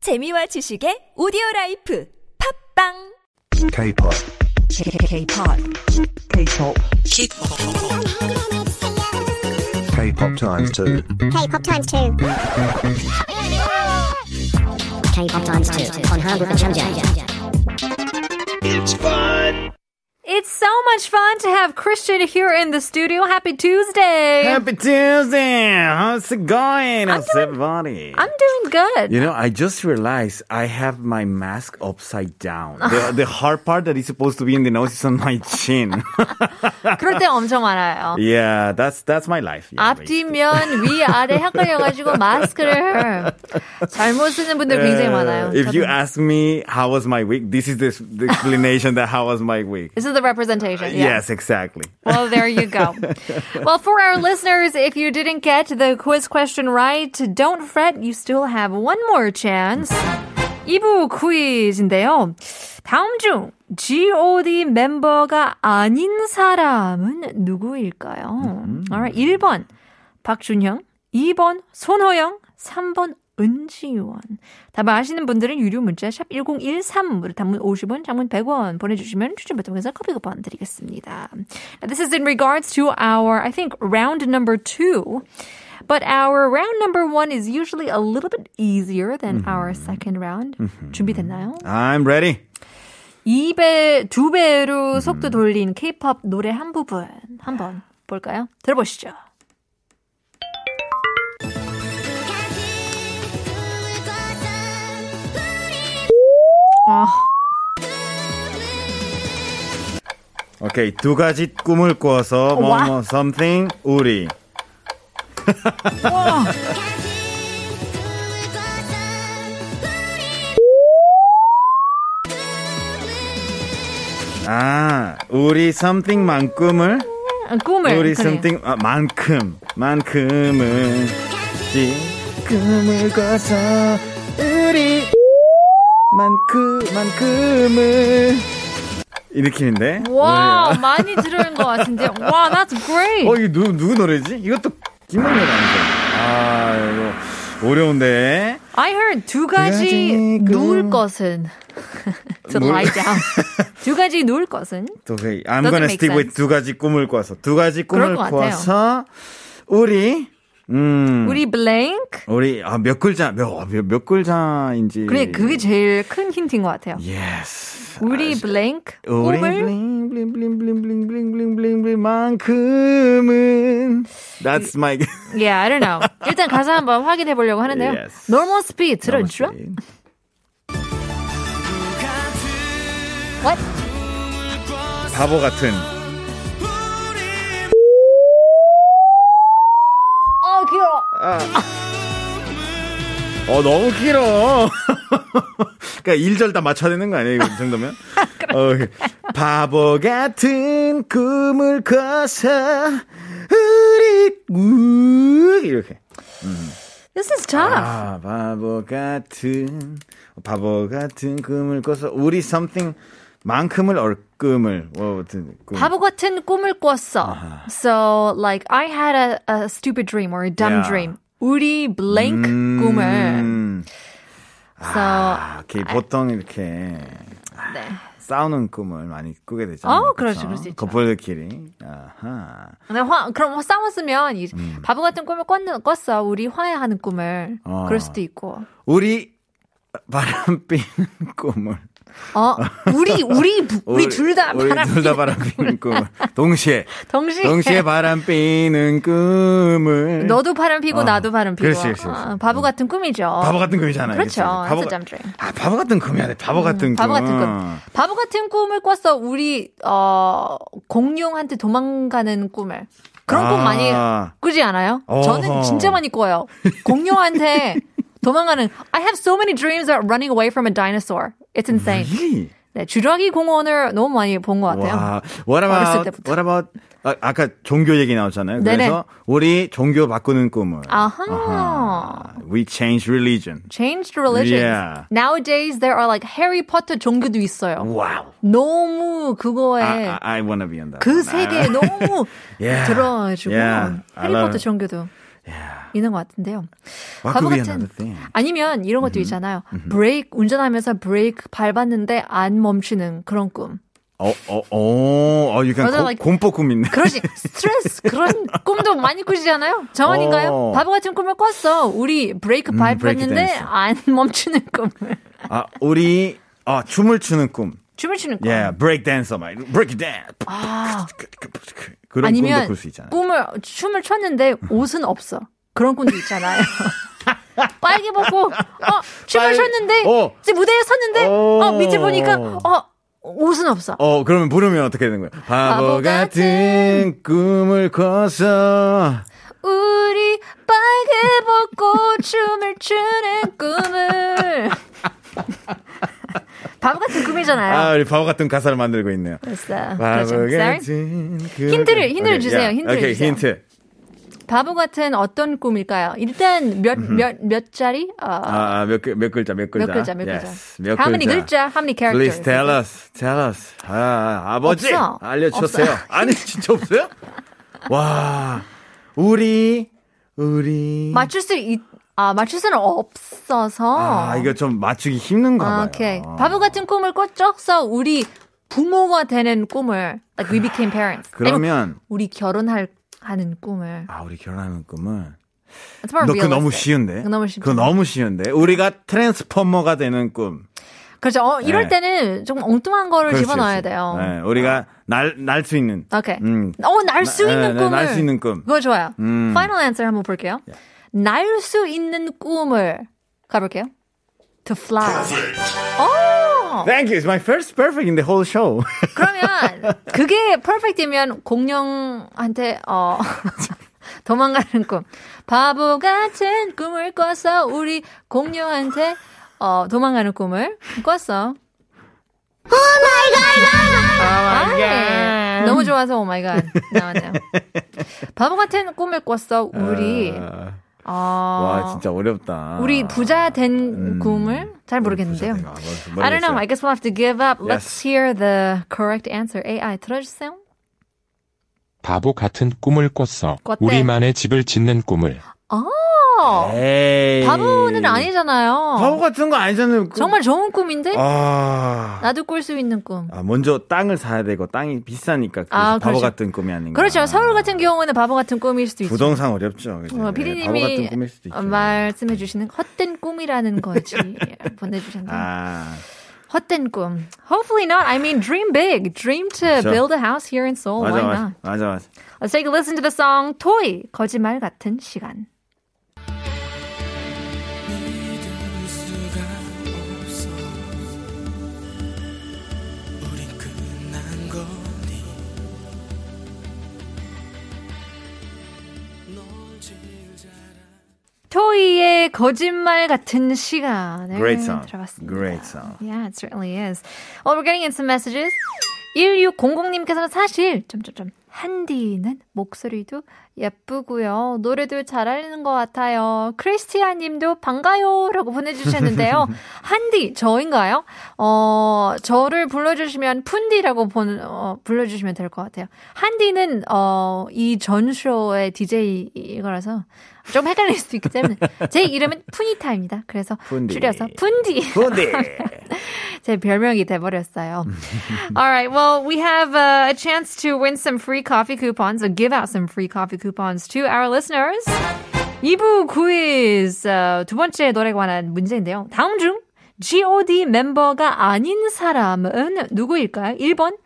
재미와 지식의 오디오 라이프 팝빵 K-pop. K-pop. K-pop. K-pop times two. K-pop times two. K-pop times two on Hangul and Changjang. It's so much fun to have Christian here in the studio. Happy Tuesday. Happy Tuesday! How's it going? How's everybody? I'm doing good. you know, I just realized I have my mask upside down. The, the hard part that is supposed to be in the nose is on my chin. 그럴 때 엄청 많아요. yeah, that's that's my life. Yeah, 앞뒷면 위아래 헷갈려가지고 마스크를 잘못 쓰는 분들 굉장히 많아요. basically. Uh, If you 저도. ask me how was my week, this is the, s- the explanation that how was my week. This is the representation. yeah. Yes, exactly. Well, there you go. well, for our listeners, if you didn't get the quiz question right, don't fret. You still have one more chance. 2부 퀴즈인데요. 다음 중 G.O.D 멤버가 아닌 사람은 누구일까요? Alright, 1번 박준형, 2번 손호영, 3번 은지원. 답을 아시는 분들은 유료 문자 샵 1013으로 단문 50원, 장문 100원 보내주시면 추첨 배통에서 커피 쿠폰 드리겠습니다. Now, This is in regards to our, I think, round number two. But our round number one is usually a little bit easier than our second round. 준비됐나요? I'm ready. 2배, 2배로 속도 돌린 K-pop 노래 한 부분 한번 볼까요? 들어보시죠. 아, Okay, 두 가지 꿈을 꿔서 뭐, 와. 뭐 something 우리. 아, 우리 something만 꿈을 꿈을. 우리 그래요. something 아, 만큼 만큼은 지 꿈을 꿔서 우리 만큼 만큼은 이 느낌인데. 와, 많이 들은 것 같은데. 와, that's great. 네. 어, 이게 누, 누구 노래지? 이것도 김만배 아니죠? 아, 이거 어려운데. I heard 두 가지 가지 그- 누울 것은 to 뭘- lie down. 두 가지 누울 것은 또 그, I'm Doesn't gonna make stick with sense. 두 가지 꿈을 꿔서. 두 가지 그럴 꿈을 것 같아요. 꿔서, 우리, 음, 우리, 우리 blank. 아, 몇 글자, 몇, 몇, 몇 글자인지. 그래 그게 제일 큰 힌트인 것 같아요. Yes. 우리 blank 예, 우리 꿈을 블링 블링 블링 블링 블링 블링 블링 블링 블링 만큼은 That's my yeah 예, I don't know 일단 가사 한번 확인해 보려고 하는데요. Yes. Normal speed 들어주죠. What? 바보 같은 어 귀여워. 아. 어 너무 길어. 그러니까 1절 다 맞춰야 되는 거 아니에요? 이 정도면? 그렇죠. 어, 바보 같은 꿈을 꿔서 우리 우 이렇게. This is tough. 아 바보 같은 바보 같은 꿈을 꿔서 우리 something 만큼을 얼끔을 뭐 아무튼 꿈. 바보 같은 꿈을 꿨어. So like I had a, a stupid dream or a dumb Yeah. dream. 우리 blank 음. 꿈을. So 아, 이렇게 보통 이렇게 아, 네. 싸우는 꿈을 많이 꾸게 되잖아요. 어, 그렇지, 그쵸? 그럴 수 있죠. 커플들끼리. 아하. 근데 화, 그럼 싸웠으면 이 바보 같은 꿈을 꿨는, 꿨어. 우리 화해하는 꿈을. 음. 어. 그럴 수도 있고. 우리 바람 피는 꿈을. 어, 우리, 우리, 부- 우리 둘 다 우리 바람 둘다 피는 바람 피는 꿈을. 동시에. 동시에. 동시에 바람 피는 꿈을. 너도 바람 피고 어. 나도 바람 피고. 그렇지, 그렇지, 그렇지. 음. 아, 바보 같은 꿈이죠. 바보 같은 꿈이잖아요. 그렇죠. 그치? That's 바보 a 같- dumb dream. 아, 바보 같은 꿈이야. 돼. 바보 같은 꿈. 음, 바보 같은 어. 꿈. 바보 같은 꿈을 꿨어. 우리, 어, 공룡한테 도망가는 꿈을. 그런 꿈 아. 많이 꾸지 않아요? 어허. 저는 진짜 많이 꿔요. 공룡한테 도망가는. I have so many dreams of running away from a dinosaur. It's insane. 이. 네, 주라기 공원을 너무 많이 본 것 같아요. 음. 와, what 어렸을 about, 때부터. what about, 아, 아까 종교 얘기 나왔잖아요. 네네. 그래서 우리 종교 바꾸는 꿈을. 아하. 아하. We change religion. Changed religions. Yeah. Nowadays there are like Harry Potter 종교도 있어요. 와우. 너무 그거에 I, I, I wanna be 네. on that. 그 one. 아. 세계에 너무 Yeah. 들어가지고 Yeah. I 해리포터 love it. 종교도 있는 것 같은데요. What 바보 could be 같은- another thing? 아니면 이런 음, 것도 있잖아요. 브레이크 운전하면서 브레이크 밟았는데 안 멈추는 그런 꿈. 어, 어, 어, 어, 맞아, 약간 like- 고- 곰포 꿈 있네. 그러지 스트레스 그런 꿈도 많이 꾸시잖아요. 정원인가요? 어. 바보 같은 꿈을 꿨어. 우리 브레이크 음, 브레이크 밟았는데 댄스. 안 멈추는 꿈을 아, 우리, 아, 춤을 추는 꿈. 춤을 추는 꿈. 예, 브레이크 댄서 막, 브레이크 댄. 아. 그, 그런 꿈도 아니면 꿀 수 있잖아요. 꿈을 춤을 췄는데 옷은 없어. 그런 꿈도 있잖아요. 빨개 벗고 어 춤을 빨- 췄는데 어. 이제 무대에 섰는데 어. 어 밑에 보니까 어 옷은 없어. 어, 그러면 부르면 어떻게 되는 거예요? 바보 바보 같은 꿈을 꿔서 우리 빨개 벗고 춤을 추는 꿈을 바보 같은 아, 꿈이잖아요. 음, 우리 바보 같은 가사를 만들고 있네요. 그랬어. 바보 그렇죠. Sorry. 같은 꿈을- 힌트를, 힌트를 네. 오케이, 주세요, 야, 힌트를 오케이, 주세요. 힌트. 바보 같은 어떤 꿈일까요? 일단 몇 몇 몇 자리? 어, 아, 아, 몇, 글- 몇 글자, 몇 글자. 몇 글자, 몇 글자. Yes, 몇 How many 글자? How many characters? Please tell us, tell us. 아, 아버지 없어. 알려주세요. 없어. 아니 진짜 없어요? 와, 우리 우리 맞출 수 있, 아 맞출 수는 없어서. 아 이거 좀 맞추기 힘든가 봐요. 아, 오케이. 바보 같은 꿈을 꿨죠? 그래서 우리 부모가 되는 꿈을 like we became parents. 아니면 그러면 우리 결혼할 하는 꿈을. 아 우리 결혼하는 꿈은 It's more 너 그거 너무 realistic. 쉬운데. 아, 그거 너무 쉽죠. 그거 너무 쉬운데. 우리가 트랜스포머가 되는 꿈. 그렇죠. 어, 이럴 네. 때는 좀 엉뚱한 거를 그럴 수 집어넣어야 있어요. 돼요. 아. 네, 우리가 날 날 수 있는. 오케이. 음. 어, 날 수 나- 있는 네, 네, 꿈을. 날수 있는 꿈. 그거 좋아요. 음. 예. Final answer 한번 볼게요. 날 수 있는 꿈을 가볼게요. To fly. 어! 오! Thank you. It's my first perfect in the whole show. 그러면 그게 퍼펙트면 공룡한테 어 도망가는 꿈. 바보 같은 꿈을 꿔서 우리 공룡한테 어 도망가는 꿈을 꿨어. 아, 너무 좋아서 오 마이 갓 나왔네요. 바보 같은 꿈을 꿨어 우리 아, 어 와 진짜 어렵다. 아, 우리 부자 된 음. 꿈을 잘 모르겠는데요. 부자 된 거, 모르- I don't know. 뭐 모르겠어요. I guess we'll have to give up. Let's Yes. hear the correct answer. AI 들어주세요. 바보 같은 꿈을 꿨어. 꿨대. 우리만의 집을 짓는 꿈을. 어, 에이. 바보는 아니잖아요. 바보 같은 거 아니잖아요. 그- 정말 좋은 꿈인데 아. 나도 꿀 수 있는 꿈. 아, 먼저 땅을 사야 되고 땅이 비싸니까 그 아, 바보 그렇죠. 같은 꿈이 아닌가. 그렇죠. 서울 같은 경우는 바보 같은 꿈일 수도 있죠. 부동산 어, 어렵죠. 그죠? 네, 바보 같은 피디님이 꿈일 수도 있죠. 말씀해 주시는 헛된 꿈이라는 거지 보내주셨네요. 아, 헛된 꿈. Hopefully not. I mean, dream big. Dream to 그렇죠. build a house here in Seoul. 어, 맞아, Why 맞아, not? 맞아, 맞아. Let's take a listen to the song Toy 거짓말 같은 시간. 토이의 거짓말 같은 시간을 Great song. 네, 들어봤습니다. Great song. Yeah, it certainly is. Well, we're getting in some messages. 1600님께서는 사실 점점점 한디는 목소리도 예쁘고요. 노래도 잘 알리는 것 같아요. 크리스티안 님도 반가요. 라고 보내주셨는데요. 한디, 저인가요? 어, 저를 불러주시면 푼디라고 보, 어, 불러주시면 될 것 같아요. 한디는, 어, 이 전쇼의 DJ이거라서 좀 헷갈릴 수도 있기 때문에 제 이름은 푸니타입니다. 그래서 푼디. 줄여서 푼디. 근데 제 별명이 돼버렸어요. Alright, well, we have uh, a chance to win some free coffee coupons, so give out some free coffee coupons to our listeners. 2부 quiz, uh, 두 번째 노래에 관한 문제인데요. 다음 중 G.O.D 멤버가 아닌 사람은 누구일까요? 1번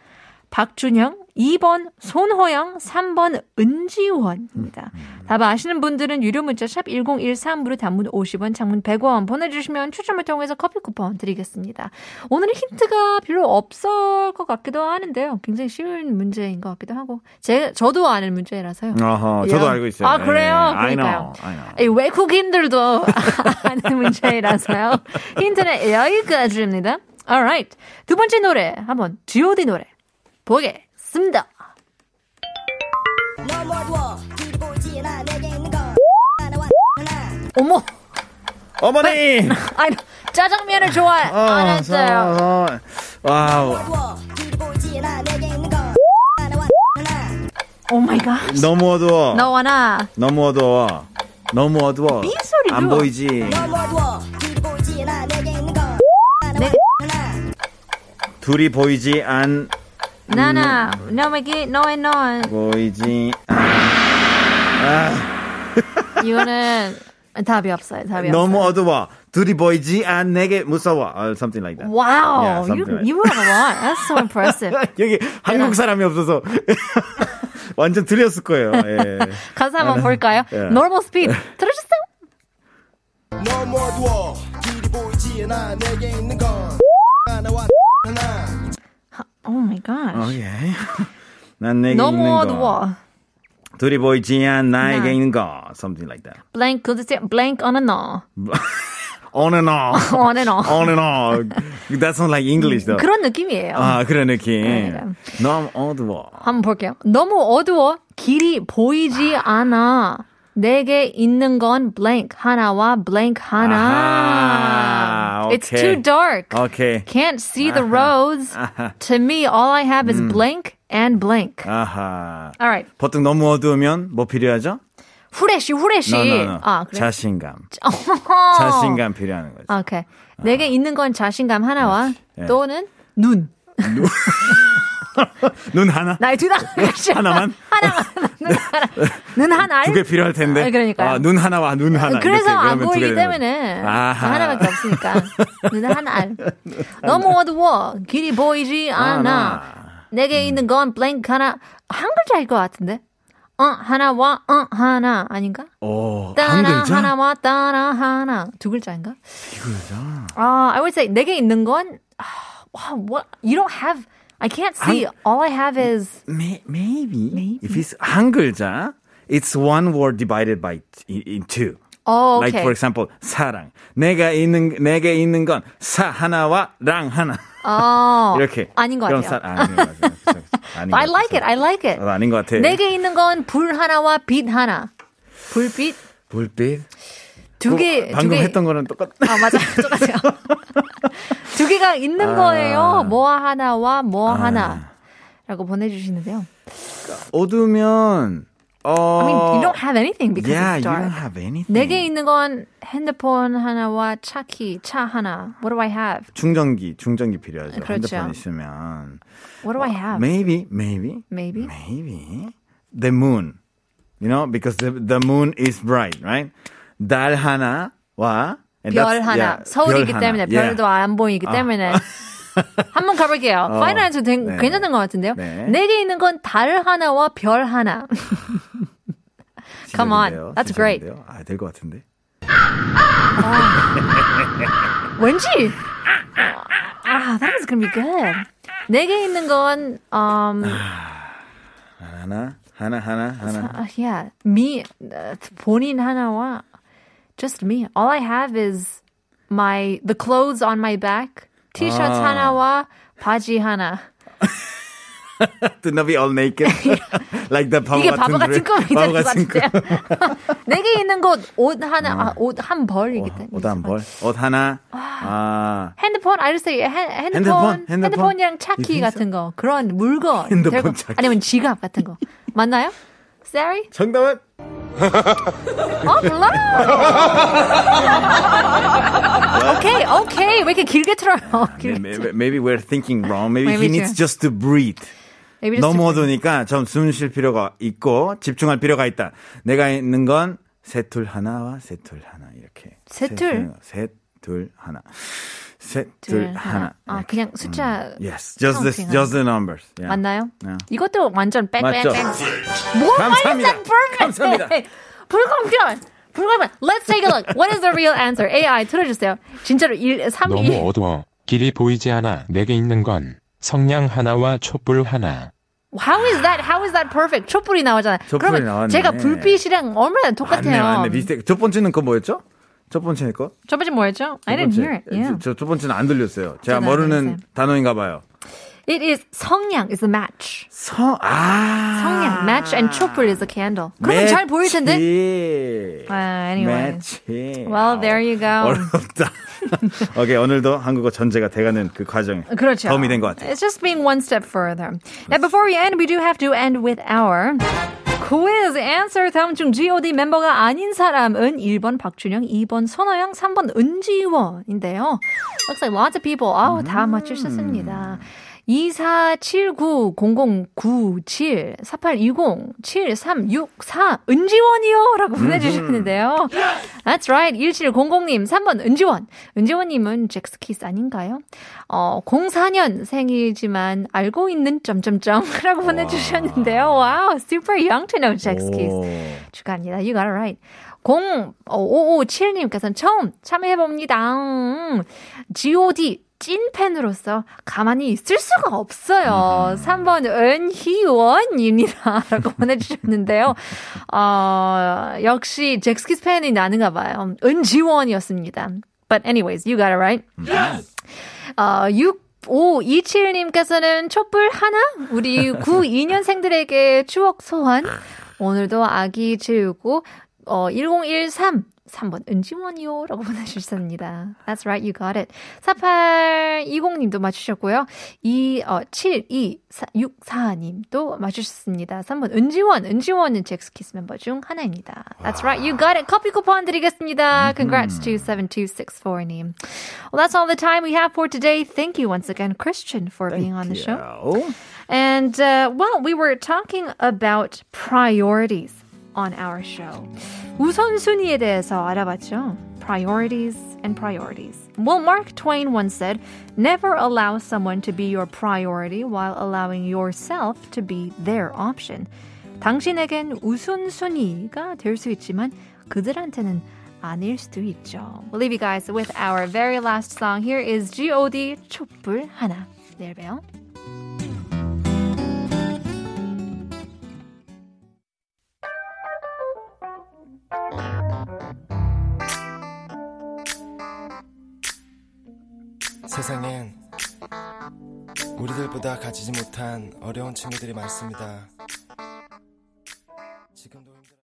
박준영, 2번 손호영, 3번 은지원입니다. 답 아시는 분들은 유료 문자 샵 1013으로 단문 50원, 장문 100원 보내주시면 추첨을 통해서 커피 쿠폰 드리겠습니다. 오늘은 힌트가 별로 없을 것 같기도 하는데요. 굉장히 쉬운 문제인 것 같기도 하고 제 저도 아는 문제라서요. 어허, 저도 Yeah. 알고 있어요. 아, 그래요? 예, I 그러니까요. know, I know. 이 외국인들도 아는 문제라서요. 힌트는 여기까지입니다. Alright. 두 번째 노래, 한번, GOD 노래, 보겠습니다. No more war. 뒤로 보이지 않아. 내게 있는 건 하나와 하나. 어머! 어머니! 아니, 짜장면을 좋아하는데요. 어, 어, 와우. war. 뒤로 보이지 않아. 내게 있는 건 하나와 하나. 오 마이 갓. 너무 어두워. Oh 너와나. 너무 어두워. 너무 어두워. 삐 소리도. 안 보이지. 둘이 보이지 안 나나, 음. 너에게, 너의 넌. 보이지 안. 이거는 답이 없어요. 답이 너무 없어요. 어두워. 둘이 보이지 않 내게 무서워. or something like that. Yeah, Wow, you, something like you were a lot. That's so impressive. 여기 한국 사람이 없어서 완전 들렸을 거예요. 예. 가사 한번 볼까요? Yeah. Normal speed. 들으셨어요? Oh my 어, gosh. 예. 난 내게 있는 너무 거. 어두워. 둘이 보이지 않 나에게 나. 있는 거. something like that. Blank, good, blank on and on. on and off. On and on. on and off. That's not like English though. 그런 느낌이에요. 아, 그런 느낌. 네, 그러니까요. 너무 어두워. 한번 볼게요. 너무 어두워. 길이 보이지 않아. 내게 있는 건 blank 하나와 blank 하나. 아하, It's 오케이. 어, too dark. 오케이. Can't see the Uh-huh. roads. 아하. To me, all I have Hmm. is blank and blank. Uh. 아하. All right. 보통 너무 어두우면 뭐 필요하죠? 후레쉬, 후레쉬. No, no, no. 아, 그래. 어. 아. 자신감. 자신감 필요하는 거죠. 오케이. 내게 있는 건 자신감 하나와 예. 또는 눈. 눈 하나? 나의 둘다 하나만? 하나만. 눈 하나. 눈 하나. 두 개 필요할 텐데. 아, 그러니까요. 아, 눈 하나와 눈 하나. 그래서 이렇게 안 그러면 보이기 두개 되는 거죠. 때문에 아하. 하나밖에 없으니까 눈 하나 알. 너무 어두워 길이 보이지 않아 하나. 음. 내게 있는 건 블랭크 하나 한 글자일 것 같은데 어 하나와 어 하나 아닌가 오, 어, 한 따라 글자? 하나와 따라 하나 두 글자인가 두 글자 아 I would say 내게 있는 건 아, 와, what you don't have I can't see all I have is May, maybe. If it's 한 글자, it's one word divided by in, in two. oh, Like okay for example, 사랑. 내가 있는 내게 있는 건 사 하나와 랑 하나. 어, 이렇게. 아닌 것 그럼 같아요. 사, 아닌 것 같아요. 그쵸, 그쵸. 아닌 I 것 like it. 같아요. I like it. 아, 아닌 것 같아. 내게 그 있는 건 불 하나와 빛 하나. 불빛 불빛. 두 개. 뭐, 어, 방금 두 개. 했던 거랑 똑같. 아 맞아 똑같아요. 두 개가 아. 있는 거예요. 뭐 하나와 뭐 하나라고 보내주시는데요. 어두면 어. I mean you don't have anything because yeah, it's you don't dark. have anything. 내게 있는 건 핸드폰 하나와 차키 차 하나. What do I have? 충전기, 충전기 필요하죠. 그렇죠. 핸드폰 있으면. What do I have? 어, Maybe, maybe, Maybe? maybe the moon. You know, because the the moon is bright, right? 달 하나와 and 별 that's- 하나. yeah, 서울이기 별 때문에 하나. 아. 별도 안 보이기 때문에. 한번 가볼게요. 파이널 안서 네. 괜찮은 것 같은데요. 네. 내게 있는 건 달 하나와 별 하나. Come on. 지적인데요, That's great. 지적인데요. 아, 될 것 같은데. 왠지. 아, that is gonna be good. 내게 있는 건 um, 하나, 하나, 하나, 하나. uh, yeah, me uh, 본인 하나와 just me. All I have is my the clothes on my back, t-shirt 아. 하나와 바지 하나. To not be all naked, like the 바보 이게 같은 바보 같은 룰. 꿈이 바보 되는 것 같은 꿈. 같아요. 내게 있는 곳 옷 하나, 아, 옷 한 벌이기 때문에. 옷 한 벌, 옷 하나. 아, 핸드폰, I just say 핸- 핸드폰, 핸드폰, 핸드폰. 핸드폰, 이랑 이게 차키 같은 거 그런 물건, 핸드폰 별거- 차키. 아니면 지갑 같은 거 맞나요? Sorry, 정답은 어 몰라. 오케이, 오케이, 왜 이렇게 길게 틀어요? 길게 틀어. maybe, maybe we're thinking wrong. Maybe, he Maybe needs too. just to breathe. Maybe just 너무 to- 어두우니까 좀 숨 쉴 필요가 있고 집중할 필요가 있다. 내가 있는 건 새툴 하나와 새툴 하나 이렇게. 새툴? 새툴 하나. 새툴 둘, 하나. 아, 이렇게. 그냥 숫자 Yes, just the 카운팅 just the numbers. Yeah. 맞나요? 네. 이것도 완전 맞죠? 뺑뺑뺑. 뭐 감사합니다. 완전 perfect. 감사합니다. 네. 불공평. 불공평. Let's take a look. What is the real answer? AI 틀어주세요. 진짜로 1, 3, 너무 1. 어두워. 길이 보이지 않아. 내게 있는 건 성냥 하나와 촛불 하나. How is that? How is that perfect? 촛불이 나오잖아요. 촛불이 그러면 나왔네. 제가 불빛이랑 얼마나 똑같아요. 맞네, 맞네. 비슷해. 첫 번째는 거 뭐였죠? 첫 번째 거? 첫 번째 뭐였죠? 첫 I didn't 번째. hear it. Yeah. 저, 첫 번째는 안 들렸어요. 저도 제가 안 모르는 들렸어요. 네, 단어인가 봐요. It is 성냥 is a match. 성, 아. 성냥, match and 촛불 is a candle. 그러면 잘 보일 텐데. 텐데. 아, anyway. 매치. Well, there you go. 어렵다. 오케이 오늘도 한국어 전제가 돼가는 그 과정. 그렇죠. 도움이 된 것 같아요. It's just being one step further. Now, before we end, we do have to end with our quiz answer 다음 중 G.O.D 멤버가 아닌 사람은 1번 박준영, 2번 선호영, 3번 은지원인데요. Looks like lots of people. 아우, 다 음. 맞추셨습니다. 2479-0097-4820-7364 은지원이요 라고 보내주셨는데요. That's right. 1700님 3번 은지원. 은지원님은 잭스키스 아닌가요? 어, 04년 생이지만 알고 있는 점점점 라고 보내주셨는데요. 와우, super young to know 잭스키스. 축하합니다. You got it right. 0557님께서는 처음 참여해봅니다. 음, GOD. 찐팬으로서 가만히 있을 수가 없어요. 3번 은희원입니다. 라고 보내주셨는데요. 어, 역시 잭스키스 팬이 나는가 봐요. 은지원이었습니다. But anyways, you got it right. 어, 6 527님께서는 촛불 하나? 우리 92년생들에게 추억 소환. 오늘도 아기 재우고, 어, 1013. 3번 은지원이요 라고 보내주셨습니다. That's right, you got it. 4820님도 맞추셨고요. 2, 어, 7, 2, 4, 6, 4님도 맞추셨습니다. 3번 은지원, 은지원은 잭스키스 멤버 중 하나입니다. That's right, you got it. 커피 쿠폰 드리겠습니다. Congrats to 7264님. Well, that's all the time we have for today. Thank you once again, Christian, for being on the show. And uh, well, we were talking about priorities on our show. 우선순위에 대해서 알아봤죠. Priorities and priorities. Well, Mark Twain once said, "Never allow someone to be your priority while allowing yourself to be their option." 당신에겐 우선순위가 될 수 있지만 그들한테는 아닐 수도 있죠. We'll leave you guys with our very last song. Here is G.O.D. 촛불 하나. 내일 봬요. 세상엔 우리들보다 가지지 못한 어려운 친구들이 많습니다. 지금도 힘들어.